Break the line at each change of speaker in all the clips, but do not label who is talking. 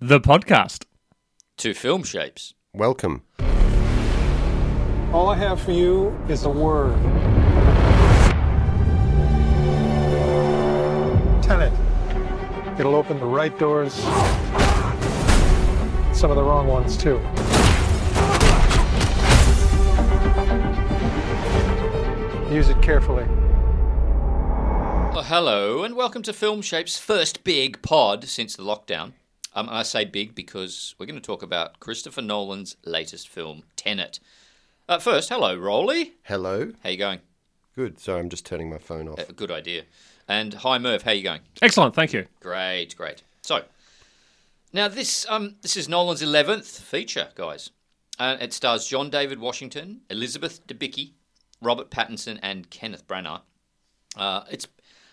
the podcast.
Two film shapes.
Welcome.
All I have for you is a word. Tell it. It'll open the right doors, some of the wrong ones too. Use it carefully.
Well, hello, and welcome to Film Shape's first big pod since the lockdown. Um, I say big because we're going to talk about Christopher Nolan's latest film, Tenet. Uh, first, hello, Rolly.
Hello.
How you going?
Good. Sorry, I'm just turning my phone off.
Uh, good idea. And hi, Merv. How you going?
Excellent, thank you.
Great, great. So, now this um, this is Nolan's eleventh feature, guys. Uh, it stars John David Washington, Elizabeth Debicki, Robert Pattinson, and Kenneth Branagh. Uh, it's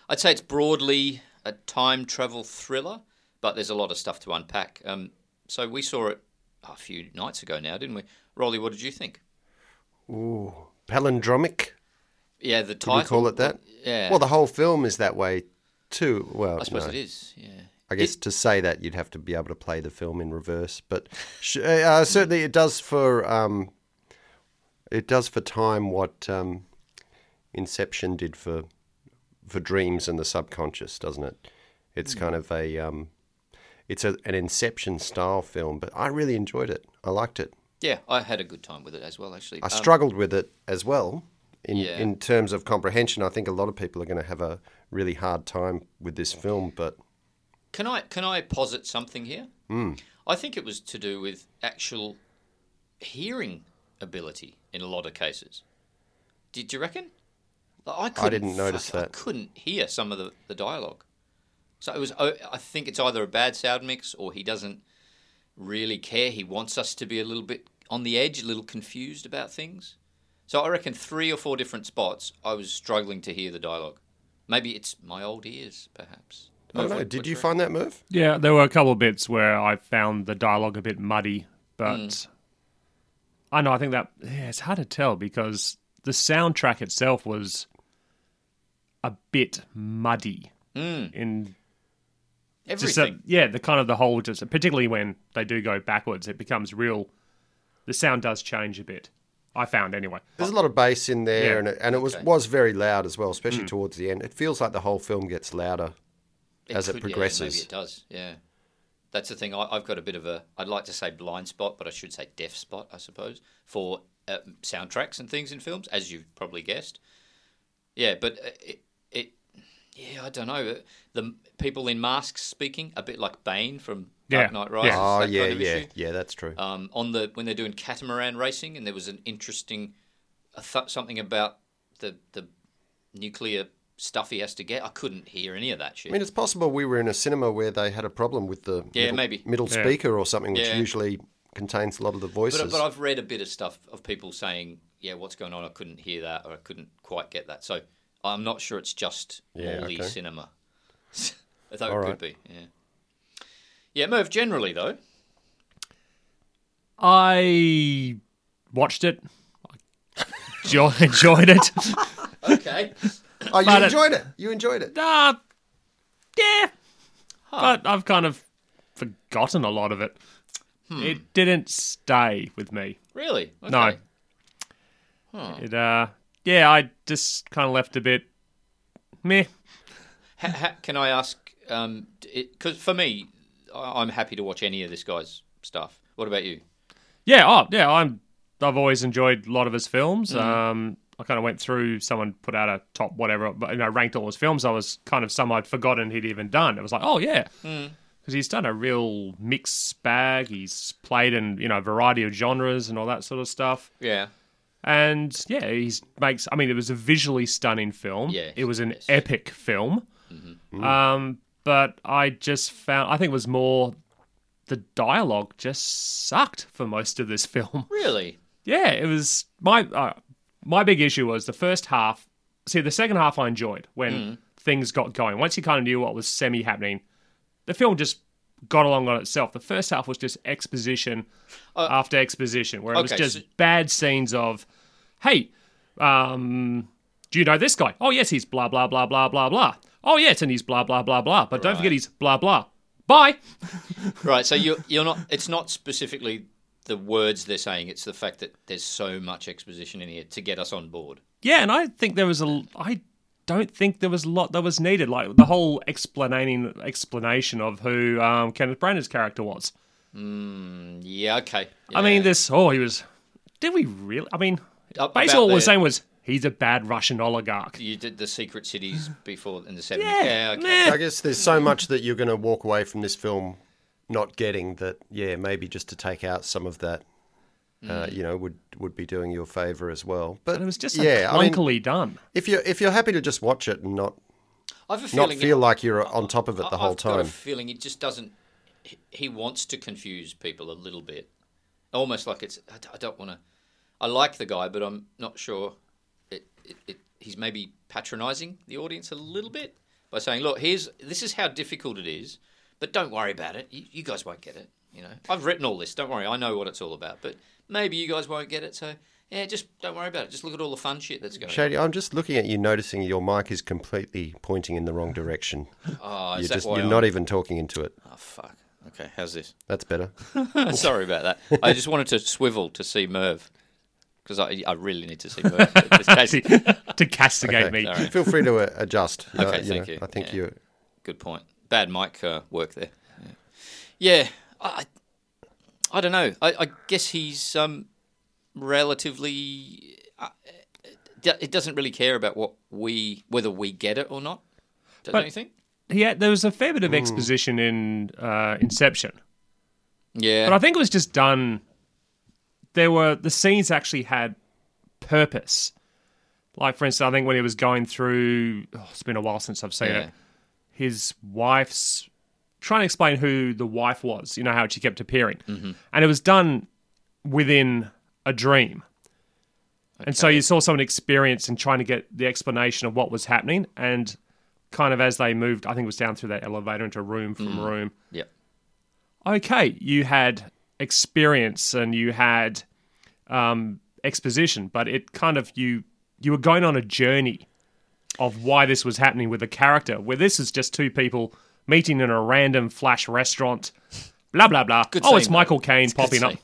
I'd say it's broadly a time travel thriller, but there's a lot of stuff to unpack. Um, so we saw it a few nights ago now, didn't we? Rolly, what did you think?
Ooh. Palindromic?
Yeah, the
Can
title.
we call it that?
Yeah.
Well, the whole film is that way too. Well,
I suppose
no.
it is. Yeah.
I guess to say that you'd have to be able to play the film in reverse, but sh- uh, certainly it does for um, it does for time what um, Inception did for for dreams and the subconscious, doesn't it?
Hmm.
It's kind of a um, it's a, an Inception style film, but I really enjoyed it. I liked it.
Yeah, I had a good time with it as well, actually.
I
Um,
struggled with it as well in
Yeah.
in terms of comprehension. I think a lot of people are going to have a really hard time with this film, but
Can I can I posit something here?
Hmm.
I think it was to do with actual hearing ability in a lot of cases. Did you reckon? Like, I, couldn't
didn't notice
fuck- I
that.
couldn't hear some of the, the dialogue. So it was. I I think it's either a bad sound mix or he doesn't really care. He wants us to be a little bit on the edge, a little confused about things. So I reckon three or four different spots, I was struggling to hear the dialogue. Maybe it's my old ears, perhaps.
I don't
Merv,
know.
what-
Did
what
you
reckon?
find that, Merv?
Yeah, there were a couple of bits where I found the dialogue a bit muddy, but I know I think that yeah, it's hard to tell because the soundtrack itself was a bit muddy in just
everything?
a, yeah the kind of the whole just particularly when they do go backwards it becomes real the sound does change a bit I found anyway
There's a lot of bass in there,
Yeah. Hmm.
and it, and it was
Okay.
was very loud as well, especially towards the end. It feels like the whole film gets louder. as it
could- yeah,
progresses.
maybe it does. Yeah, that's the thing. I, I've got a bit of a. I'd like to say blind spot, but I should say deaf spot, I suppose, for uh, soundtracks and things in films, as you've probably guessed. Yeah, but uh, it, it yeah, I don't know. Uh, The people in masks speaking a bit like Bane from Dark
Yeah,
Knight
yeah.
Rises.
Oh
that
yeah,
kind of
yeah,
issue
yeah. That's true.
um, on the when they're doing catamaran racing, and there was an interesting I thought something about the the nuclear stuff he has to get. I couldn't hear any of that shit.
I mean, it's possible we were in a cinema where they had a problem with the
Yeah,
middle,
maybe.
middle
Yeah.
speaker or something, which
Yeah.
usually contains a lot of the voices.
but, but I've read a bit of stuff of people saying, "Yeah, what's going on? I couldn't hear that, or I couldn't quite get that." So I'm not sure it's just
Yeah,
all the
okay.
cinema, although
All
it
right.
could be. Yeah, yeah. Merv, generally though,
I watched it jo- enjoyed it.
okay.
oh, you
but it-
enjoyed it. You enjoyed it.
Uh, yeah. But I've kind of forgotten a lot of it. It didn't stay with me.
really? Okay.
No. It, uh, yeah, I just kind of left a bit meh.
Ha- ha- can I ask? Um, because for me, I- I'm happy to watch any of this guy's stuff. What about you?
Yeah, oh, yeah, I'm, I've always enjoyed a lot of his films.
Mm-hmm.
Um, I kind of went through, someone put out a top whatever, but, you know, ranked all his films. I was kind of some I'd forgotten he'd even done. It was like, oh, yeah.
Mm.
Because he's done a real mixed bag. He's played in, you know, a variety of genres and all that sort of stuff.
Yeah.
And yeah, he makes. I mean, it was a visually stunning film.
Yes,
it was an
yes. Mm-hmm.
epic film. Um, but I just found. I think it was more. The dialogue just sucked for most of this film.
Really?
Yeah, it was my uh, my big issue was the first half. See, the second half I enjoyed when
Hmm.
things got going. Once you kind of knew what was semi happening, the film just got along on itself. The first half was just exposition after exposition, where it was
Uh, okay,
just
so-
bad scenes of, hey, um, do you know this guy? Oh yes, he's blah blah blah blah blah blah. Oh yes, and he's blah blah blah blah. But don't forget he's blah blah Bye.
Right, so you you're not. It's not specifically the words they're saying. It's the fact that there's so much exposition in here to get us on board.
Yeah, and I think there was a. l- I don't think there was a lot that was needed. Like the whole explaining explanation of who um, Kenneth Branagh's character was.
Yeah, okay.
I mean,
Yeah.
this. Oh, he was. Did we really? I mean,
Up
basically
about
all we're
the-
saying was he's a bad Russian oligarch.
you did the secret cities before in the 70s.
Yeah,
okay.
meh.
I guess there's so much that you're going to walk away from this film not getting that. Yeah, maybe just to take out some of that, uh,
Mm.
you know, would would be doing you a favour as well. But
But it was just
yeah,
yeah,
I mean,
clunkily done.
if you're if you're happy to just watch it and not
I've a
not
feeling
feel like you're on top of it the
I-
whole
I've
time.
Got a feeling it just doesn't. he- He wants to confuse people a little bit, almost like it's. I d- I don't want to. I like the guy, but I'm not sure. It, it, it, he's maybe patronising the audience a little bit by saying, "Look, here's this is how difficult it is, but don't worry about it. You, you guys won't get it. You know, I've written all this. Don't worry, I know what it's all about. But maybe you guys won't get it, so." Yeah, just don't worry about it. Just look at all the fun shit that's going on.
Shady, I'm just looking at you, noticing your mic is completely pointing in the wrong direction.
Oh, is
you're
that
just
why
you're
I'm-
not e even talking into it.
Oh, fuck. Okay, how's this?
That's better.
Sorry about that. I just wanted to swivel to see Merv because I, I really need to see Merv. in this case.
to castigate me.
Sorry.
Feel free to uh, adjust. Uh,
Okay, thank you.
I think
Yeah.
you.
Good point. Bad mic uh, work there. Yeah, Yeah, I, I don't know. I, I guess he's um, relatively. Uh, it doesn't really care about what we whether we get it or not. Don't,
But-
you think?
Yeah, there was a fair
Hmm.
bit of exposition in uh, Inception,
Yeah.
but I think it was just done. There were the scenes actually had purpose. Like for instance, I think when he was going through, oh, it's been a while since I've seen
Yeah.
it. His wife's trying to explain who the wife was. You know how she kept appearing,
Mm-hmm.
and it was done within a dream. And so you saw someone experience and trying to get the explanation of what was happening. And kind of as they moved, I think it was down through that elevator into room from
Mm.
room.
Yep.
Okay, you had experience and you had um, exposition, but it kind of you you were going on a journey of why this was happening with the character. Where this is just two people meeting in a random flash restaurant. Blah blah blah.
Good
oh,
scene,
it's
though.
Michael Caine
good
popping up.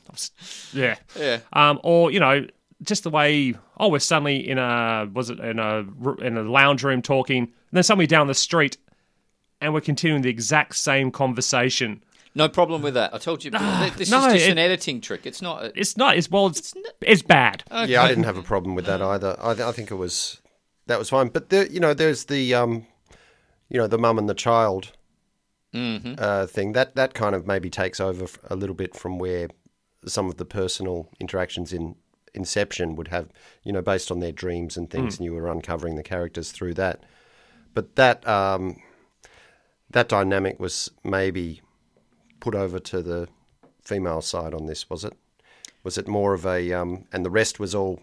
Yeah. Yeah. Um, or you know, just the way oh, we're suddenly in a was it in a r- in a lounge room talking, and then suddenly down the street, and we're continuing the exact same conversation.
No problem with that. I told you. this
Ah, no,
is just
it-
an editing trick. It's not. A,
It's not. Uh, It's well. It's it's, bad.
Yeah, I didn't have a problem with that either. I, th- I think it was that was fine. But there, you know, there's the um, you know, the mum and the child uh, thing. That that kind of maybe takes over f- a little bit from where some of the personal interactions in Inception would have, you know, based on their dreams and things, and you were uncovering the characters through that. But that um, that dynamic was maybe put over to the female side on this, was it? Was it more of a um, and the rest was all,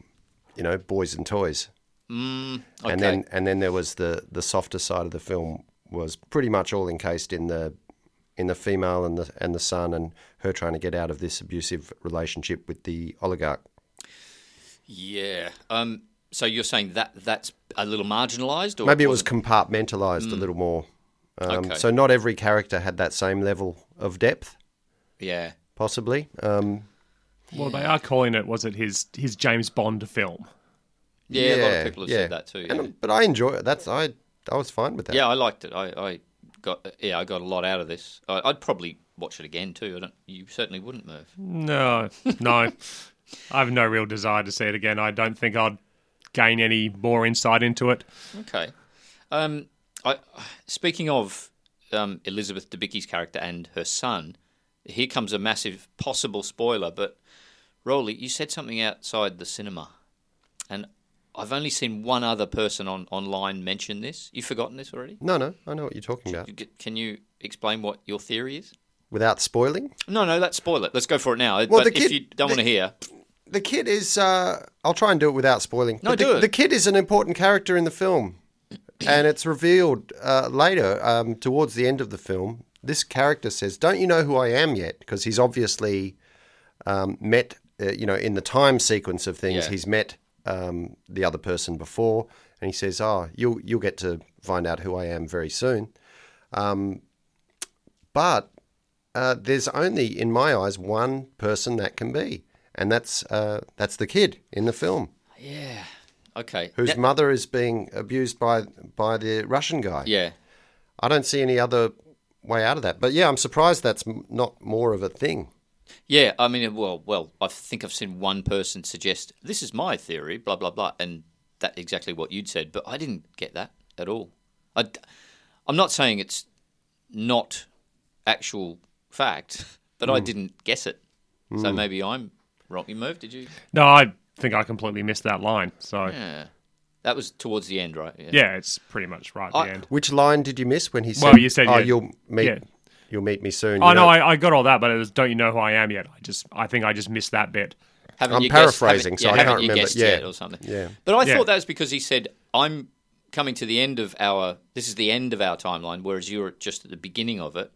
you know, boys and toys. Mm, And then and then there was the the softer side of the film was pretty much all encased in the in the female and the and the son and her trying to get out of this abusive relationship with the oligarch.
yeah. Um. So you're saying that that's a little marginalised, or
Maybe it was compartmentalized a little more. Um,
Okay.
So not every character had that same level of depth,
Yeah.
possibly. Um,
Well, they are calling it. Was it his his James Bond film?
Yeah, a lot of people have said that too. Yeah,
And- but I enjoy it. That's I. I was fine with that.
yeah I liked it. I, I got yeah, I got a lot out of this. I, I'd probably watch it again too. I don't, you certainly wouldn't, Merv.
Mm-hmm. No, no. I have no real desire to see it again. I don't think I'd gain any more insight into it.
Okay. Um, I speaking of um, Elizabeth Debicki's character and her son, here comes a massive possible spoiler. But Rolly, you said something outside the cinema, and I've only seen one other person on online mention this. You've forgotten this already?
No, no, I know what you're talking about.
You get- Can you explain what your theory is?
Without spoiling,
No, no, let's spoil it. Let's go for it now.
Well,
but
the
if
kid-
you don't
the-
want to hear,
the kid is. Uh, I'll try and do it without spoiling.
No,
But
do
the,
it.
The kid is an important character in the film, and it's revealed uh, later, um, towards the end of the film. This character says, "Don't you know who I am yet?" Because he's obviously um, met. Uh, you know, in the time sequence of things,
Yeah.
he's met um, the other person before, and he says, "Oh, you'll you'll get to find out who I am very soon." Um, but uh, there's only, in my eyes, one person that can be, and that's uh, that's the kid in the film
Yeah. Okay.
whose
That-
mother is being abused by by the Russian guy.
yeah.
I don't see any other way out of that. But yeah, I'm surprised that's m- not more of a thing.
Yeah, I mean, well, well, I think I've seen one person suggest this is my theory, blah blah blah, and that's exactly what you'd said, but I didn't get that at all. I, am not saying it's not actual fact, but
Hmm.
I didn't guess it, so maybe I'm wrong. You moved, did you?
No, I think I completely missed that line. So yeah,
Yeah, that was towards the end, right?
it's pretty much right at
I-
the end.
Which line did you miss when he said?
Well, you said,
"Oh,
yeah.
you'll meet,
Yeah.
you'll meet me soon."
Oh
You
no,
know,
I, I got all that, but it was don't you know who I am yet? I just I think I just missed that bit.
Haven't
I'm
you guessed-
paraphrasing,
haven't-
so
yeah,
I
haven't
can't
you
remember-
guessed
yeah.
yet or something.
Yeah.
But I
Yeah.
thought that was because he said, "I'm coming to the end of our. This is the end of our timeline, whereas you're just at the beginning of it."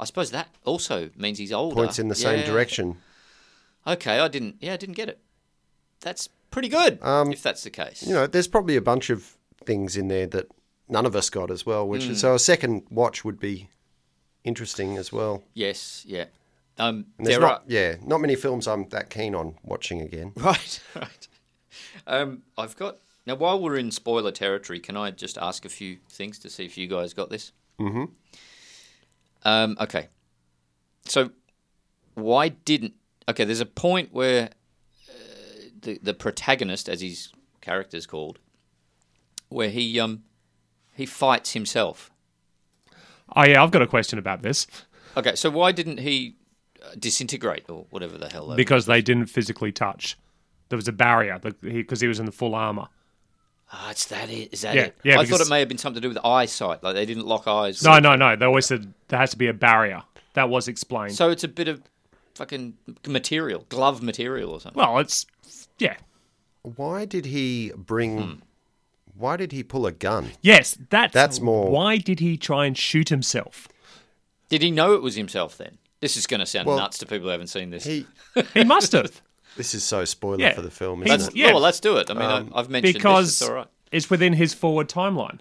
I suppose that also means he's older.
points in the same
Yeah.
direction.
Okay, I didn't. Yeah, I didn't get it. That's pretty good. if that's the case,
Um, You know, there's probably a bunch of things in there that none of us got as well. Which
Hmm.
so a second watch would be interesting as well.
yes, yeah. Um,
And there's
there
not,
are
yeah, not many films I'm that keen on watching again.
Right, right. Um, I've got now. While we're in spoiler territory, can I just ask a few things to see if you guys got this? Mm-hmm. Um, okay. So, why didn't? Okay, there's a point where uh, the the protagonist, as his character's called, where he um he fights himself.
Oh yeah, I've got a question about this
Okay, so why didn't he uh, disintegrate or whatever the hell? That
because they didn't physically touch. There was a barrier because he, was in the full armor.
Ah, it's that it. Is that
Yeah,
it?
yeah,
I thought
because-
it may have been something to do with eyesight. Like they didn't lock eyes.
No, no, no. They always said there has to be a barrier. That was explained.
So it's a bit of fucking material, glove material or something.
well, it's yeah,
Why did he bring?
Hmm.
Why did he pull a gun?
yes. That's
That's more-
Why did he try and shoot himself?
Did he know it was himself then? This is going to sound
Well,
nuts to people who haven't seen this.
He.
He must have.
This is so spoiler
Yeah.
for the film,
He's-
isn't
Let's-
it?
yeah.
oh, well, let's do it. I mean,
Um,
I, I've mentioned
because
this. It's all right.
it's within his forward timeline.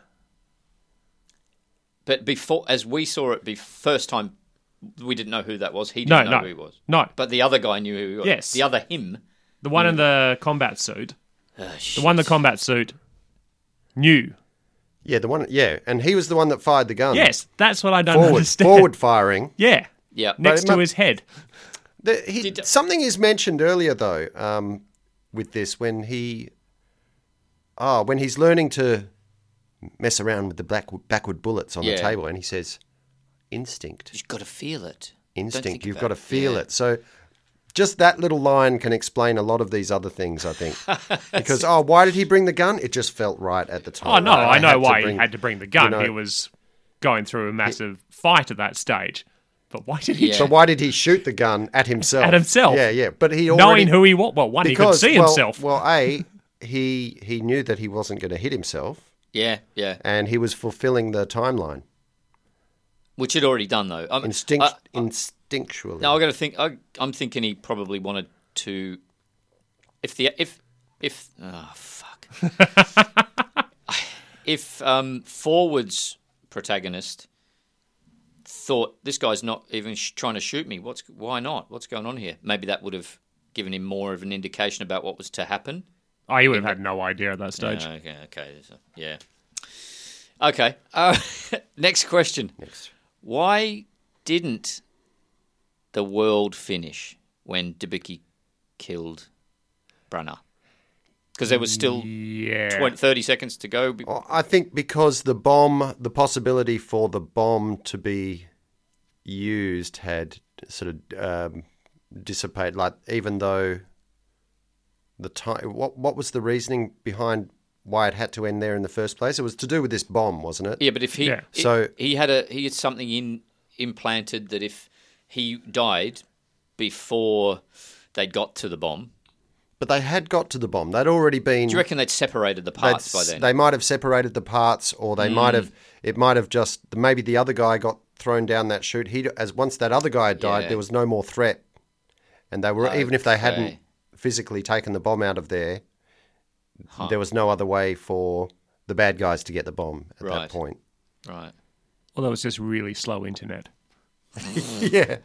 But before, as we saw it, the first time, we didn't know who that was. He didn't
No,
know
no,
who he was.
no.
But the other guy knew who he was.
Yes.
The other him.
The one in the combat suit,
Ah,
the
shit.
one in the combat suit, knew.
Yeah, the one. Yeah, and he was the one that fired the gun.
Yes, that's what I don't
forward,
understand.
forward firing.
Yeah.
Yeah.
Next
it
to
mu-
his head.
The- he-
Did-
something is mentioned earlier though, um, with this when he, ah, when he's learning to mess around with the black backward bullets on
Yeah.
the table, and he says, "Instinct,
You've got to feel it. Don't think
instinct. You've
about
got to feel
Yeah.
it." So. Just that little line can explain a lot of these other things, I think. Because oh, why did he bring the gun? It just felt right at the time.
Oh, no,
Like,
I
had
know
to
why
bring-
he had to bring the gun.
know-
he was going through a massive fight at that stage. But why did he
Yeah.
yeah.
So why did he shoot the gun at himself?
At himself.
Yeah, yeah. But he already
knowing who he was? Well, one,
because
he could see
well,
himself.
Well, a he he knew that he wasn't going to hit himself,
Yeah, yeah.
and he was fulfilling the timeline
Which he'd already done, though. Um,
instinct
I-
instinctually.
No, I got to think. I, I'm thinking he probably wanted to. If the if if oh fuck, if um forwards protagonist thought this guy's not even sh- trying to shoot me, what's why not? What's going on here? Maybe that would have given him more of an indication about what was to happen.
oh, he would have had no idea at that stage.
Yeah, Oh, okay, okay, so- yeah. Okay. Uh, next question. Next. Why didn't the world finish when Debicki killed Brunner? Because there was still
Yeah.
20, 30 seconds to go. be-
Well, I think because the bomb, the possibility for the bomb to be used had sort of um, dissipated. Like even though the time, what what was the reasoning behind why it had to end there in the first place? It was to do with this bomb, wasn't it?
Yeah, but if he
Yeah.
i-
So-
he had a he had something in implanted that if he died before they'd got to the bomb,
But they had got to the bomb. They'd already been.
do you reckon they'd separated the
they'd
parts by
s-
then? Mm.
They might have separated the parts, or they might have. It might have just maybe the other guy got thrown down that chute. He as once that other guy had died,
Yeah.
there was no more threat, and they were even if they hadn't
Okay.
physically taken the bomb out of there, there was no other way for the bad guys to get the bomb at
Right.
that point.
right.
Well, that was just really slow internet.
yeah,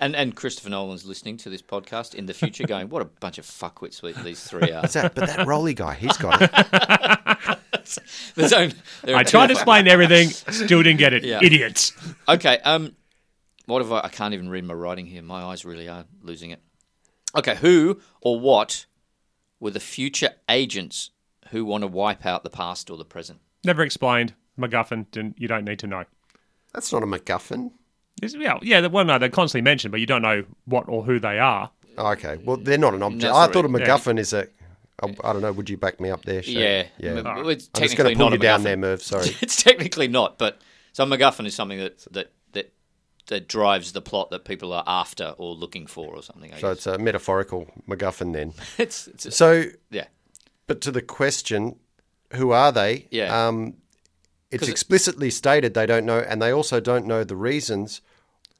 And and Christopher Nolan's listening to this podcast in the future, going, "What a bunch of fuckwits we- these three are."
What's that? But that Rolly guy, he's got it.
There's only, there are
I tried
two
to
of them.
explain everything, still didn't get it.
Yeah.
Idiots.
Okay. Um, what have I? I can't even read my writing here. My eyes really are losing it. Okay, who or what were the future agents who want to wipe out the past or the present?
Never explained. MacGuffin. Didn't, you don't need to know.
That's not a MacGuffin.
It's- yeah, yeah. they- Well, no, they're constantly mentioned, but you don't know what or who they are.
Oh, Okay. Well, they're not an object.
That's
I
the
thought a
reason. Yeah.
MacGuffin is a. I, I don't know. Would you back me up there? Shane?
Yeah,
Yeah.
M-
I'm
It's
just
technically
going to pull
not
you
a
down
MacGuffin.
there, Merv. Sorry.
It's technically not, but so a MacGuffin is something that that that that drives the plot that people are after or looking for or something. I
so
guess.
it's a metaphorical MacGuffin then.
it's, it's,
So,
yeah.
but to the question, who are they?
Yeah.
Um, it's explicitly stated they don't know, and they also don't know the reasons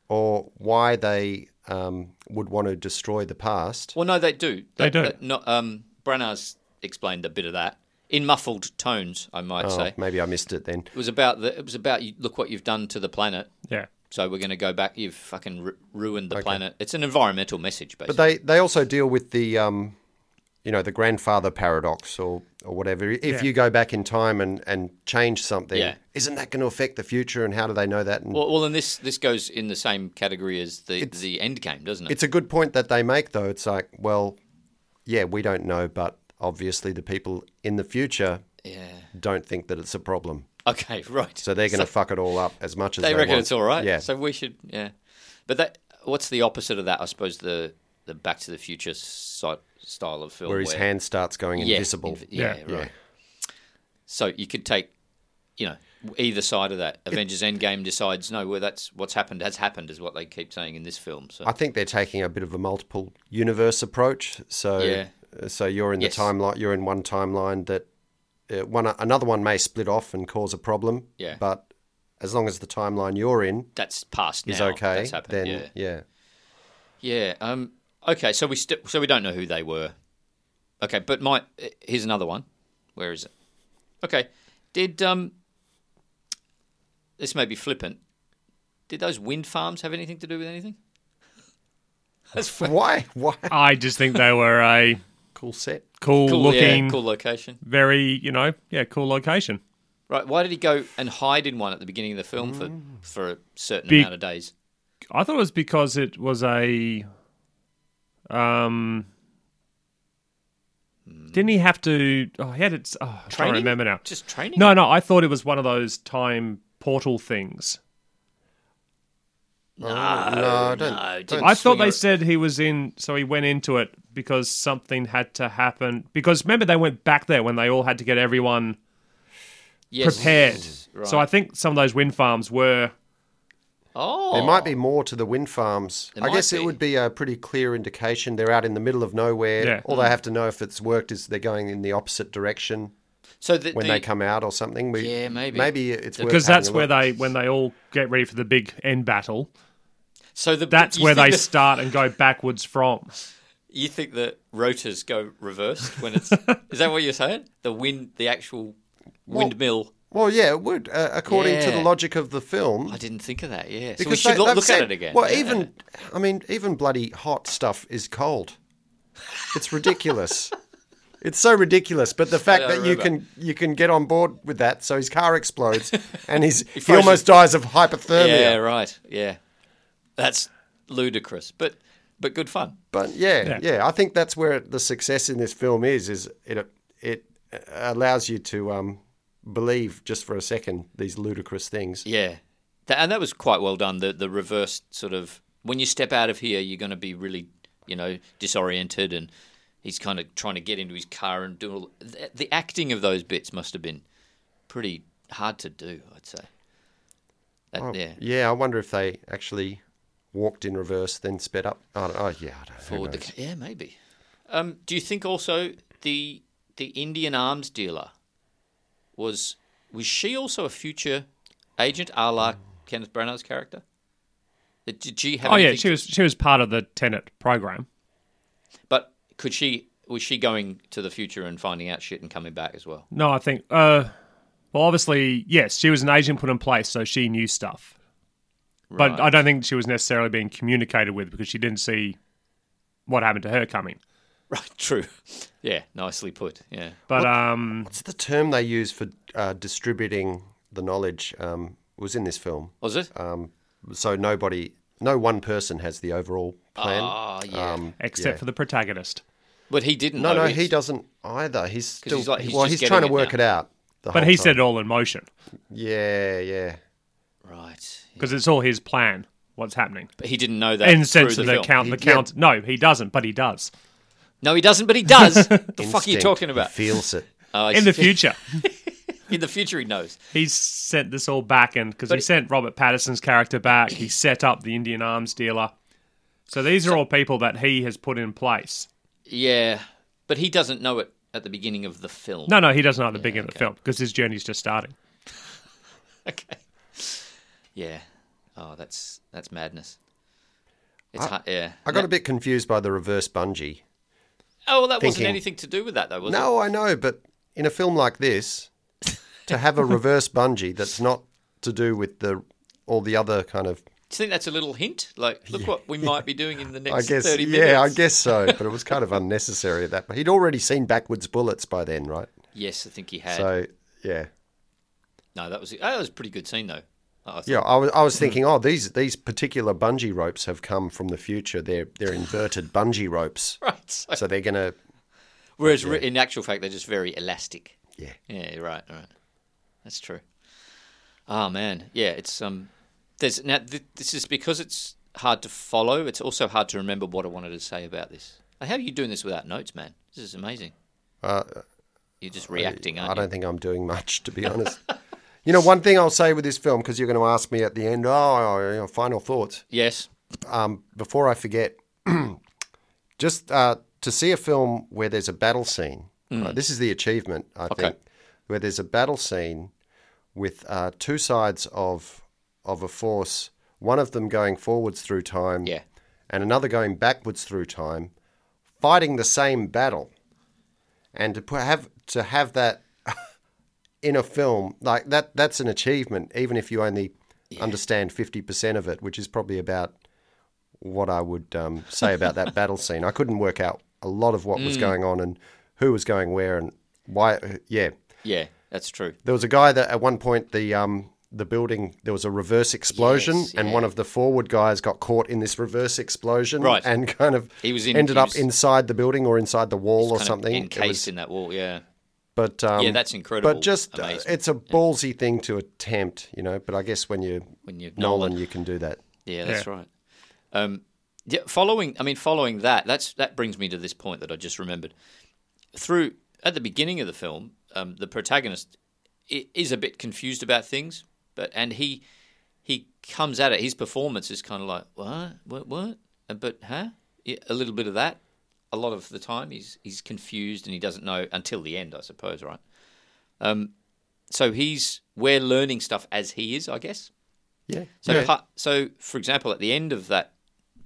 or why they um, would want to destroy the past.
Well, no, they do.
They do.
no, um, Branagh's explained a bit of that in muffled tones, I might
Oh,
say.
maybe I missed it then.
It was about the. It was about you, look what you've done to the planet.
Yeah.
So we're going to go back. You've fucking ru- ruined the planet. It's an environmental message, basically.
But they, they also deal with the um, you know, the grandfather paradox or, or whatever. If you go back in time and, and change something,
Yeah.
isn't that going to affect the future? And how do they know that? And
well, well, and this this goes in the same category as the the end game, doesn't it?
it's a good point that they make, though. It's like, well, yeah, we don't know, but obviously the people in the future
yeah.
don't think that it's a problem,
Okay. Right.
so they're going to fuck it all up as much as they,
they reckon
want.
it's all right.
Yeah,
So we should. Yeah. But that what's the opposite of that? I suppose the the Back to the Future si- style of film
where his hand starts going
Yeah,
invisible.
inv- yeah,
Yeah.
Right. So you could take, you know, either side of that. Avengers Endgame decides no, well, that's what's happened has happened is what they keep saying in this film. So
I think they're taking a bit of a multiple universe approach. So,
Yeah.
uh, so you're in
Yes.
the timeline. You're in one timeline that uh, one another one may split off and cause a problem.
Yeah.
But as long as the timeline you're in
that's past now.
is okay,
That's happened.
then
yeah.
yeah.
Yeah. Um. Okay. So we st- so we don't know who they were. Okay. But my eh, here's another one. Where is it? Okay. Did um. This may be flippant. Did those wind farms have anything to do with anything?
Why? Why?
I just think they were a
Cool set.
cool, looking,
yeah, cool location.
very you know, yeah, cool location.
Right. Why did he go and hide in one at the beginning of the film for for a certain
Be-
amount of days?
I thought it was because it was a. Um, didn't he have to? Oh, he had it. Oh, I'm trying
Training?
to remember now.
Just training.
No, no, I thought it was one of those time portal things.
No, no, don't.
no, it
don't
I
swing
thought they
it.
said he was in, so he went into it because something had to happen. Because remember, they went back there when they all had to get everyone
Yes.
prepared.
Right.
So I think some of those wind farms were.
Oh.
There might be more to the wind farms.
There
I
might
guess
be.
it would be a pretty clear indication. They're out in the middle of nowhere.
Yeah.
All they have to know if it's worked is they're going in the opposite direction.
So the,
when
the,
they come out or something. We,
Yeah, maybe.
Maybe it's
Because that's where they, when they all get ready for the big end battle,
So the
that's
you
where
think
they
the-
start and go backwards from.
You think that rotors go reversed when it's? is that what you're saying? The wind, the actual windmill.
Well, yeah, it would uh, according to the
Yeah.
logic of the film.
I didn't think of that. Yeah, so we
Because
should
they-
look,
they've
look at
said-
it again.
Well,
yeah.
even I mean, even bloody hot stuff is cold. It's ridiculous. it's so ridiculous. But the fact
I
that you
remember.
can you can get on board with that, so his car explodes and he's, he,
froze
almost dies of hypothermia.
yeah, right, yeah, that's ludicrous, but but good fun.
But yeah, yeah, I think that's where the success in this film is. Is it it allows you to um, believe just for a second these ludicrous things.
Yeah, Tha- and that was quite well done. The the reverse sort of when you step out of here, you're going to be really you know disoriented, and he's kind of trying to get into his car and do all the, the acting of those bits must have been pretty hard to do. I'd say. That, yeah.
Yeah, I wonder if they actually walked in reverse, then sped up. I don't, oh, yeah, I don't
Or
know.
the, yeah, maybe. Um, do you think also the the Indian arms dealer was was she also a future agent, a la Kenneth Branagh's character? Did- Did she have?
Oh. Oh yeah,
anything-
she was she was part of the tenant program.
But could she? Was she going to the future and finding out shit and coming back as well?
No, I think. Uh, well, obviously, yes, she was an agent put in place, so she knew stuff. But I don't think she was necessarily being communicated with because she didn't see what happened to her coming.
Right, true. Yeah, nicely put. Yeah.
But um,
What's the term they use for uh, distributing the knowledge? Um, was in this film.
Was it?
Um, so nobody, no one person has the overall plan.
Ah, yeah.
Um,
except
yeah.
for the protagonist.
but he didn't.
no,
though.
no,
He's-
he doesn't either. He's still
oh, he's like- he's
well,
just
he's trying to
getting it
work
now.
it out. the
But
whole
he
time.
said it all in motion
yeah, yeah.
Right.
because it's all his plan. What's happening?
But he didn't know that.
In the
through
sense
the
of the
film.
count, the
He- yeah.
count. No, he doesn't, but he does
No, he doesn't, but he does. the fuck are you
Instinct.
talking
He
about?
feels it.
Oh,
in the future.
in the future, he knows.
He's sent this all back, and because he
it-
sent Robert Patterson's character back, he set up the Indian arms dealer. So these are all people that he has put in place.
Yeah, but he doesn't know it at the beginning of the film.
No, no, he doesn't know at the beginning of the film because his journey's just starting.
Okay. Yeah. Oh, that's that's madness. It's hard, yeah.
I got a bit confused by the reverse bungee.
Oh, well, that wasn't
thinking-
anything to do with that, though, was it?
No, I know, but in a film like this, to have a reverse bungee that's not to do with the all the other kind of
Do you think that's a little hint? Like, look what we might be doing in the
I
next
guess,
thirty minutes.
yeah, I guess so. But it was kind of unnecessary at that. point. He'd already seen backwards bullets by then, right?
Yes, I think he had.
So yeah,
no, that was oh, that was a pretty good scene though. I thought-
yeah. I was, I was thinking, oh, these these particular bungee ropes have come from the future. They're they're inverted bungee ropes,
Right. So,
so they're gonna
whereas re- in actual fact, they're just very elastic.
yeah.
Yeah, right, right. That's true. Oh man, yeah. It's um. There's now. Th- this is because it's hard to follow. It's also hard to remember what I wanted to say about this. How are you doing this without notes, man? This is amazing. You're just reacting, aren't
Uh, I
you?
don't think I'm doing much, to be honest. you know, one thing I'll say with this film, because you're going to ask me at the end, oh, you know, final thoughts.
Yes.
Um, before I forget, just uh, to see a film where there's a battle scene.
Mm.
right, this is the achievement, I think, where there's a battle scene with uh, two sides of of a force, one of them going forwards through time,
Yeah.
and another going backwards through time, fighting the same battle, and to put, have to have that in a film like that that's an achievement, even if you only understand fifty percent of it, which is probably about what I would um, say about that battle scene. I couldn't work out a lot of what was going on and who was going where and why. Yeah,
Yeah. That's true.
there was a guy that at one point the um the building there was a reverse explosion
Yes,
and
yeah.
one of the forward guys got caught in this reverse explosion
Right.
and kind of
He was in-
ended
he
up
was-
inside the building or inside the wall or
Kind of
something It
encased
was-
in that wall. Yeah.
but um,
Yeah, that's incredible
but just uh,
amazement.
it's a ballsy thing to attempt you know but I guess when you
When you're
Nolan,
Nolan.
you can do that
Yeah, that's
Yeah.
right. Um, yeah, following, I mean, following that, that's that brings me to this point that I just remembered. Through at the beginning of the film, um, the protagonist i- is a bit confused about things, but and he he comes at it. His performance is kind of like what, what, what, Uh, but huh? Yeah, a little bit of that. A lot of the time, he's he's confused and he doesn't know until the end, I suppose, right? Um, so he's we're learning stuff as he is, I guess.
yeah
So, pa- so for example, at the end of that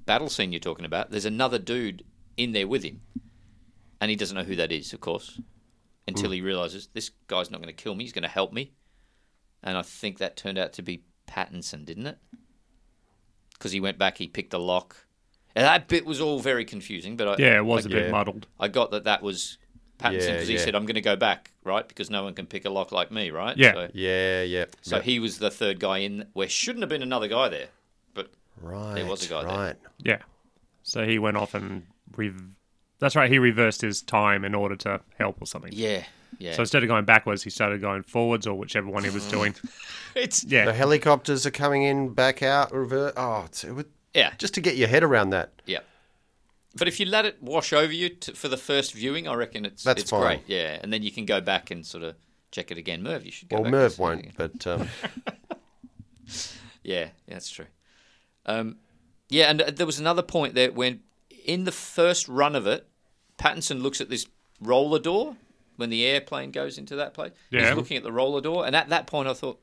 battle scene you're talking about, there's another dude in there with him, and he doesn't know who that is, of course,
Hmm.
until he realizes this guy's not going to kill me; he's going to help me. And I think that turned out to be Pattinson, didn't it? Because he went back, he picked the lock. And that bit was all very confusing, but I,
Yeah, it was a bit
yeah.
muddled.
I got that that was Pattinson
Yeah,
because he
yeah.
said, "I'm going to go back, right? Because no one can pick a lock like me, right?"
Yeah.
So,
yeah yeah
so
Yeah.
he was the third guy in where shouldn't have been another guy there, but
right
there was a guy there.
right
Yeah. So he went off and rev- that's right. He reversed his time in order to help or something.
Yeah, yeah.
So instead of going backwards, he started going forwards or whichever one he was doing.
it's
the
Yeah.
helicopters are coming in back out reverse oh it's, it would,
yeah,
just to get your head around that
yeah. But if you let it wash over you t for the first viewing, I reckon it's
That's
it's
fine.
great. Yeah, and then you can go back and sort of check it again. Merv, you should go.
well
back and
Merv
see it
won't
again.
but um,
Yeah, yeah, that's true. Um, yeah, and uh, there was another point there when in the first run of it, Pattinson looks at this roller door when the airplane goes into that place.
Yeah.
He's looking at the roller door, and at that point, I thought,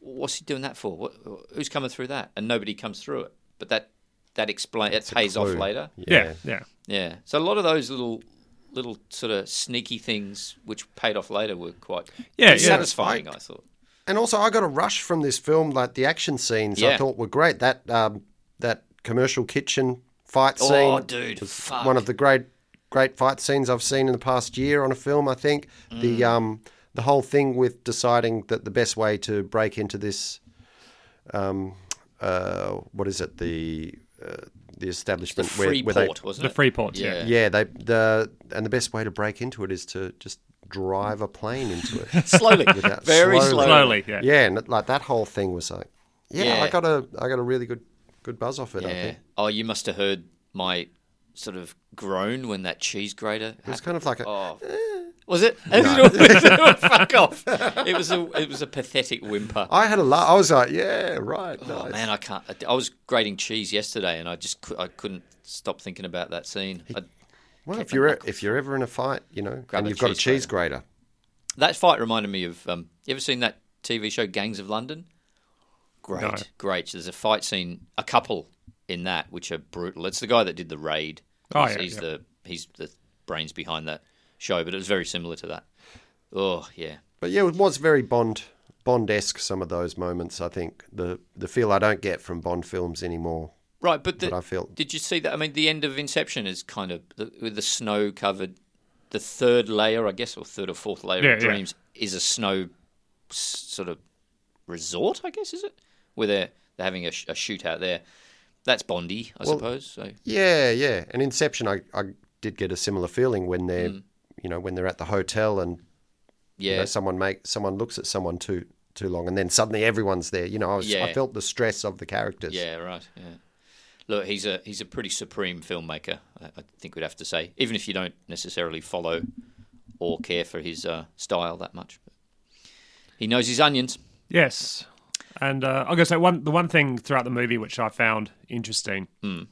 "What's he doing that for? What, who's coming through that?" And nobody comes through it. But that that explain it pays off
clue.
later.
Yeah. Yeah.
Yeah. So a lot of those little little sort of sneaky things which paid off later were quite
Yeah, yeah.
satisfying, I, thought.
and also I got a rush from this film. Like the action scenes, I
Yeah.
thought were great. That um, that commercial kitchen fight scene.
Oh, dude,
was
fuck.
One of the great great fight scenes I've seen in the past year on a film. I think
Mm.
the um, the whole thing with deciding that the best way to break into this, um, uh, what is it the uh, the
the
establishment
free
where, where they
port, wasn't
The
it?
Freeport, yeah.
Yeah.
yeah they the and the best way to break into it is to just drive a plane into it.
slowly,
Without-
very
slowly.
slowly.
Slowly, yeah.
Yeah, and it- like that whole thing was like, yeah, I
Yeah.
got a, I got a really good, good buzz off it. I
Yeah.
think
Oh, you must have heard my sort of groan when that cheese grater.
it was
happened.
kind of like a, eh.
Oh. Was it? Fuck off! It was a it was a pathetic whimper.
I had a laugh. I was like, yeah, right.
Oh
nice.
man, I can't. I- I was grating cheese yesterday, and I just cou- I couldn't stop thinking about that scene. I,
well, if
my
you're e-
knuckles.
if you're ever in a fight, you know,
Grab
and
a
you've got a
cheese
cheese grater.
that fight reminded me of. Um, you ever seen that TV show Gangs of London? Great,
No.
great. There's a fight scene, a couple in that which are brutal. It's the guy that did the raid.
Oh,
he's,
yeah,
he's
yeah.
the he's the brains behind that show, but it was very similar to that. Oh yeah,
But yeah, it was very Bond, Bond esque. Some of those moments, I think the the feel I don't get from Bond films anymore.
right. But, the,
But I feel-
did you see that? I mean, the end of Inception is kind of the, with the snow covered. The third layer, I guess, or third or fourth layer
Yeah,
of
yeah.
dreams is a snow s- sort of resort. I guess is it where they're they're having a, sh- a shootout there. That's Bondy, I suppose. So
Yeah, yeah. And Inception, I, I did get a similar feeling when they're,
Mm.
you know, when they're at the hotel and
yeah,
you know, someone make someone looks at someone too too long, and then suddenly everyone's there. You know, I, was,
Yeah.
I felt the stress of the characters.
Yeah, right. Yeah. Look, he's a he's a pretty supreme filmmaker. I, I think we'd have to say, even if you don't necessarily follow or care for his uh, style that much, but he knows his onions.
Yes. And uh, I guess that one the one thing throughout the movie which I found interesting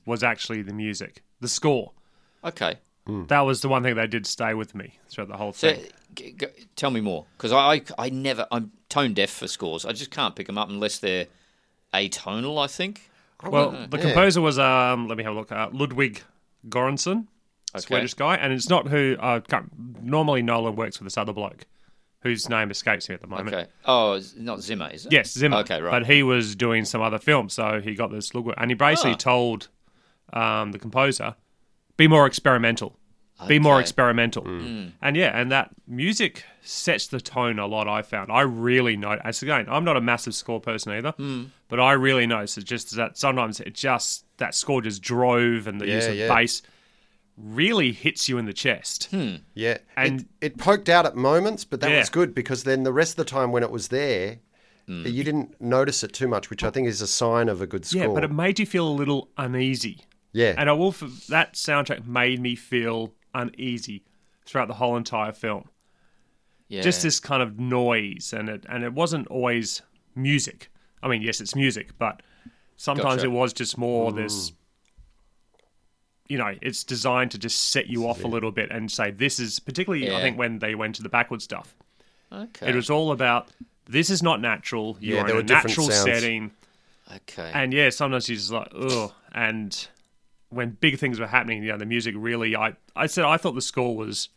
was actually the music, the score.
Okay,
That was the one thing that did stay with me throughout the whole
so
thing.
g- g- tell me more, because I, I I never I'm tone deaf for scores. I just can't pick them up unless they're atonal. I think.
well, the
yeah.
composer was um, let me have a look. Uh, Ludwig Göransson, Swedish guy, and it's not who. Uh, can't- normally, Nolan works with this other bloke, whose name escapes me at the moment.
Okay. Oh, it's not Zimmer, is it?
Yes, Zimmer.
Okay, right.
But he was doing some other film, so he got this look, and he basically
Ah.
told um, the composer, "Be more experimental, be more
Okay. Mm.
experimental." And yeah, and that music sets the tone a lot. I found I really know. As again, I'm not a massive score person either,
Mm.
but I really noticed it just that sometimes it just that score just drove and the use
Yeah,
of
yeah.
bass really hits you in the chest.
Hmm.
yeah.
And-
it, it poked out at moments, but that
Yeah.
was good because then the rest of the time when it was there,
Mm.
you didn't notice it too much, which I think is a sign of a good score.
Yeah, but it made you feel a little uneasy.
Yeah.
And I will, f- that soundtrack made me feel uneasy throughout the whole entire film.
yeah.
Just this kind of noise, and it, and it wasn't always music. I mean, yes, it's music, but sometimes
Gotcha.
it was just more
Mm.
this, you know, it's designed to just set you off a little bit and say, this is, particularly, I
Yeah.
think, when they went to the backward stuff.
Okay.
It was all about, this is not natural. You're
Yeah,
in
there
a
were different
natural
sounds.
setting.
okay.
And yeah, sometimes you're just like, ugh. And when big things were happening, you know, the music really. I I said I thought the score was.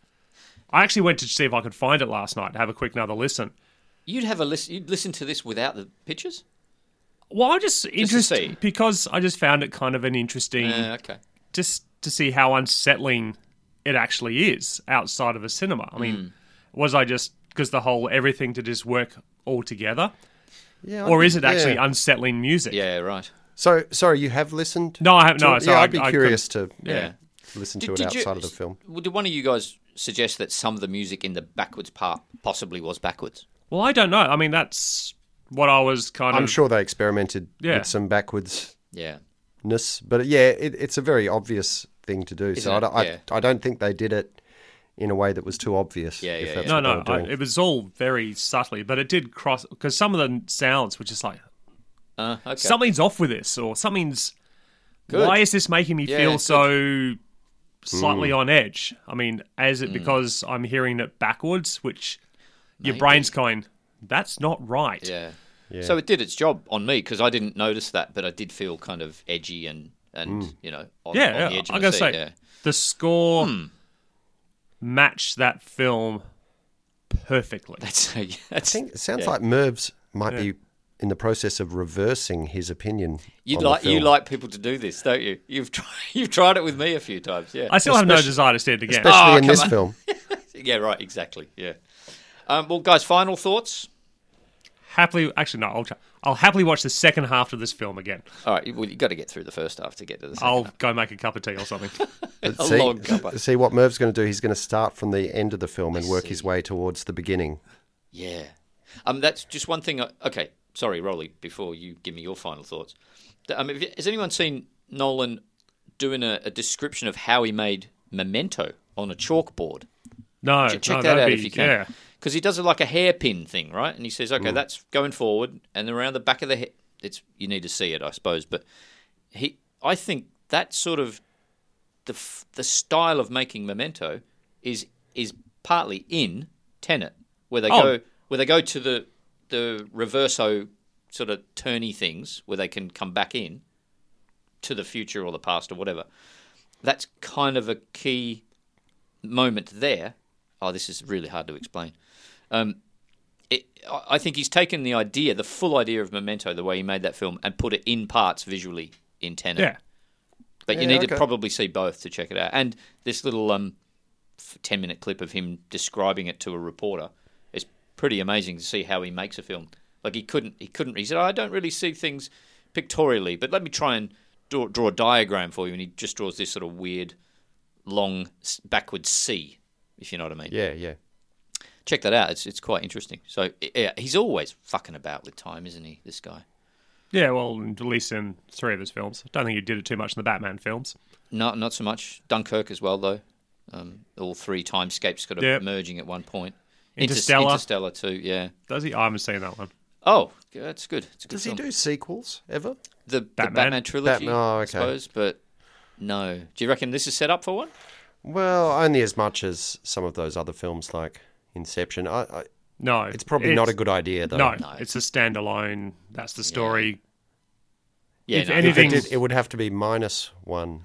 I actually went to see if I could find it last night to have a quick another listen.
you'd have a listen. You'd listen to this without the pictures.
Well, I'm just
see.
interested because I just found it kind of an interesting,
Yeah. Uh, okay.
just to see how unsettling it actually is outside of a cinema. I mean,
Mm.
was I just because the whole everything to just work all together,
yeah, I
or is it
think-
actually
yeah.
unsettling music?
Yeah. Right.
so, sorry, you have listened?
No, I haven't. No,
to,
so
yeah,
I-
I'd be
I couldn't-
curious to
Yeah.
listen to it outside of the film.
Well, Did one of you guys suggest that some of the music in the backwards part possibly was backwards?
Well, I don't know. I mean, that's what I was kind
I'm
of.
sure they experimented
Yeah.
with some backwards
Yeah.
ness. But yeah, it, it's a very obvious thing to do. so
Isn't
I
it?
don't, I,
Yeah.
I don't think they did it in a way that was too obvious.
Yeah,
if
yeah,
that's
No,
what they
no,
were
I,
doing.
it was all very subtly, but it did cross because some of the sounds were just like
Uh, okay.
something's off with this, or something's.
Good.
Why is this making me
Yeah,
feel
good.
so slightly on edge? I mean, is
Mm.
it because I'm hearing it backwards, which your brain's going, that's not right.
yeah. So it did its job on me because I didn't notice that, but I did feel kind of edgy and and you know on,
yeah,
on
yeah.
the edge of
I'm
my
gonna
seat.
say
yeah. Hmm.
the score matched that film perfectly.
That's, that's
I think it sounds like Merv's might be in the process of reversing his opinion.
You
on the
like you
film.
like people to do this, don't you? You've tried you've tried it with me a few times. Yeah.
I still have no desire to see it again.
especially
Oh,
in
come
this
on.
film.
Yeah. Right. Exactly. Yeah. Um, well, guys, final thoughts.
happily, actually, no, I'll, try- I'll happily watch the second half of this film again.
All right. Well, you got to get through the first half to get to the second.
I'll go make a cup of tea or something.
But
A
see,
log cuppa.
see what Merv's going to do. He's going to start from the end of the film and work his way towards the beginning.
Yeah. Um, that's just one thing. I, okay. Sorry, Rolly. Before you give me your final thoughts, Th- um, have you- has anyone seen Nolan doing a, a description of how he made Memento on a chalkboard?
No,
Ch- check
no,
that
that'd
out
be,
if you can.
Yeah. Mm.
Because he does it like a hairpin thing, right? And he says, okay, that's going forward, and around the back of the head, it's you need to see it, I suppose. But he, I think that sort of the f- the style of making Memento is is partly in Tenet, where they
Oh.
go where they go to the the reverso sort of turny things, where they can come back in to the future or the past or whatever. That's kind of a key moment there. Oh, this is really hard to explain. Um, it, I I think he's taken the idea, the full idea of Memento, the way he made that film, and put it in parts visually in Tenet.
Yeah.
But you
Yeah,
need to
okay.
probably see both to check it out. And this little um, f- 10 minute clip of him describing it to a reporter is pretty amazing to see how he makes a film. Like he couldn't, he couldn't, he said, I don't really see things pictorially, but let me try and draw, draw a diagram for you. And he just draws this sort of weird, long, s- backward C, if you know what I mean
Yeah, yeah.
check that out. It's it's quite interesting. So yeah, he's always fucking about with time, isn't he? This guy.
Yeah, well, at least in three of his films. Don't think he did it too much in the Batman films.
Not not so much Dunkirk as well though. Um, all three timescapes got
Yep.
merging at one point.
Interstellar.
Inter- Interstellar too. Yeah.
Does he? I haven't seen that one.
Oh, yeah, that's good. It's a good
Does he
film.
do sequels ever?
the,
Batman?
the Batman trilogy?
Batman- oh,
I
okay.
suppose, but no. Do you reckon this is set up for one?
Well, only as much as some of those other films like Inception. I, I,
No.
it's probably not a good idea, though.
No, it's a standalone. That's the story.
Yeah.
If
no.
any-
If it,
Things-
did, it would have to be minus one.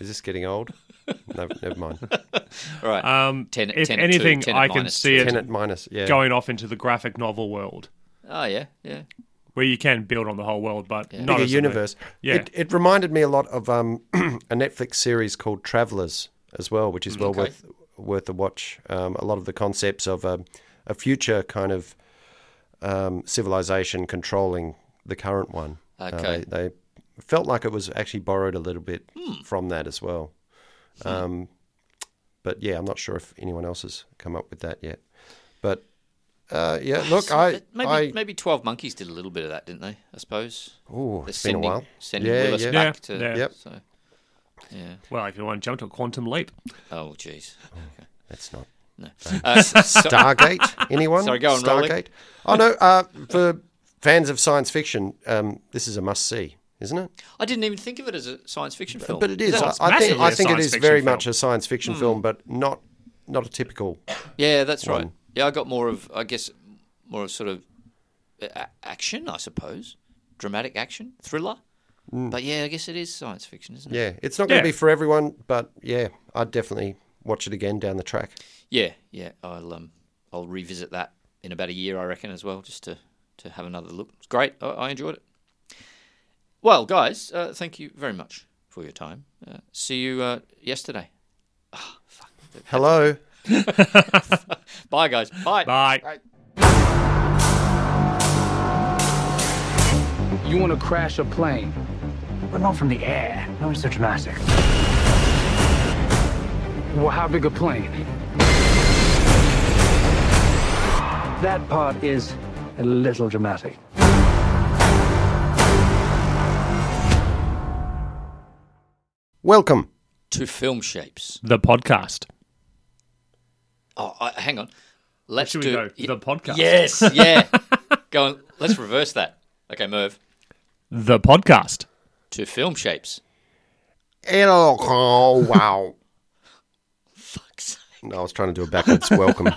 Is this getting old? no, never mind.
all right.
Um,
Tenet-
if
Tenet two,
anything,
Tenet
I can
minus
see it
Tenant minus, yeah.
going off into the graphic novel world,
oh yeah, yeah.
where you can build on the whole world, but not
Bigger
as a-
universe.
Yeah.
It, it reminded me a lot of um, a Netflix series called Travelers as well, which is well worth worth a watch. Um, a lot of the concepts of um a future kind of um, civilization controlling the current one. Uh,
Okay.
they, they felt like it was actually borrowed a little bit from that as well. Um, but yeah, I'm not sure if anyone else has come up with that yet. But uh, yeah, look, I
maybe
I
maybe Twelve Monkeys did a little bit of that, didn't they? I suppose.
ooh,
They're
it's
sending,
been a while.
Sending
Yeah,
Willis
yeah.
back
Yeah,
to.
yeah.
Yep.
So, yeah.
Well, if you want to jump to a quantum leap,
Oh, jeez.
That's not
No. Uh, so-
Stargate. Anyone?
Sorry, go on, Rolly.
Stargate. Oh no, uh, for fans of science fiction, um, this is a must see, isn't it?
I didn't even think of it as a science fiction film.
But it is.
that-
I, I think
Oh, massively a
I think it
science
is
fiction
very
film. Hmm.
much a science fiction film, but not not a typical.
yeah, that's right.
One.
Yeah, I got more of, I guess, more of sort of uh, a- action, I suppose, dramatic action, thriller.
Hmm.
But yeah, I guess it is science fiction, isn't it?
Yeah, it's not going
Yeah.
to be for everyone, but yeah, I'd definitely watch it again down the track.
Yeah, yeah. I'll um, I'll revisit that in about a year, I reckon, as well, just to to have another look. It's great. I, I enjoyed it. Well, guys, uh, thank you very much for your time. Uh, see you uh, yesterday.
Hello.
Bye, guys. Bye.
bye.
You want to crash a plane, but not from the air. That was so dramatic. Well, how big a plane? That part is a little dramatic.
Welcome.
To film shapes.
The podcast.
Oh, I, hang on. Let's
should we
do
go? The podcast.
Yes. Yeah. go on. Let's reverse that. Okay, Merv.
The podcast.
To film shapes.
Hello. Oh, wow.
Fuck's sake.
No, I was trying to do a backwards welcome.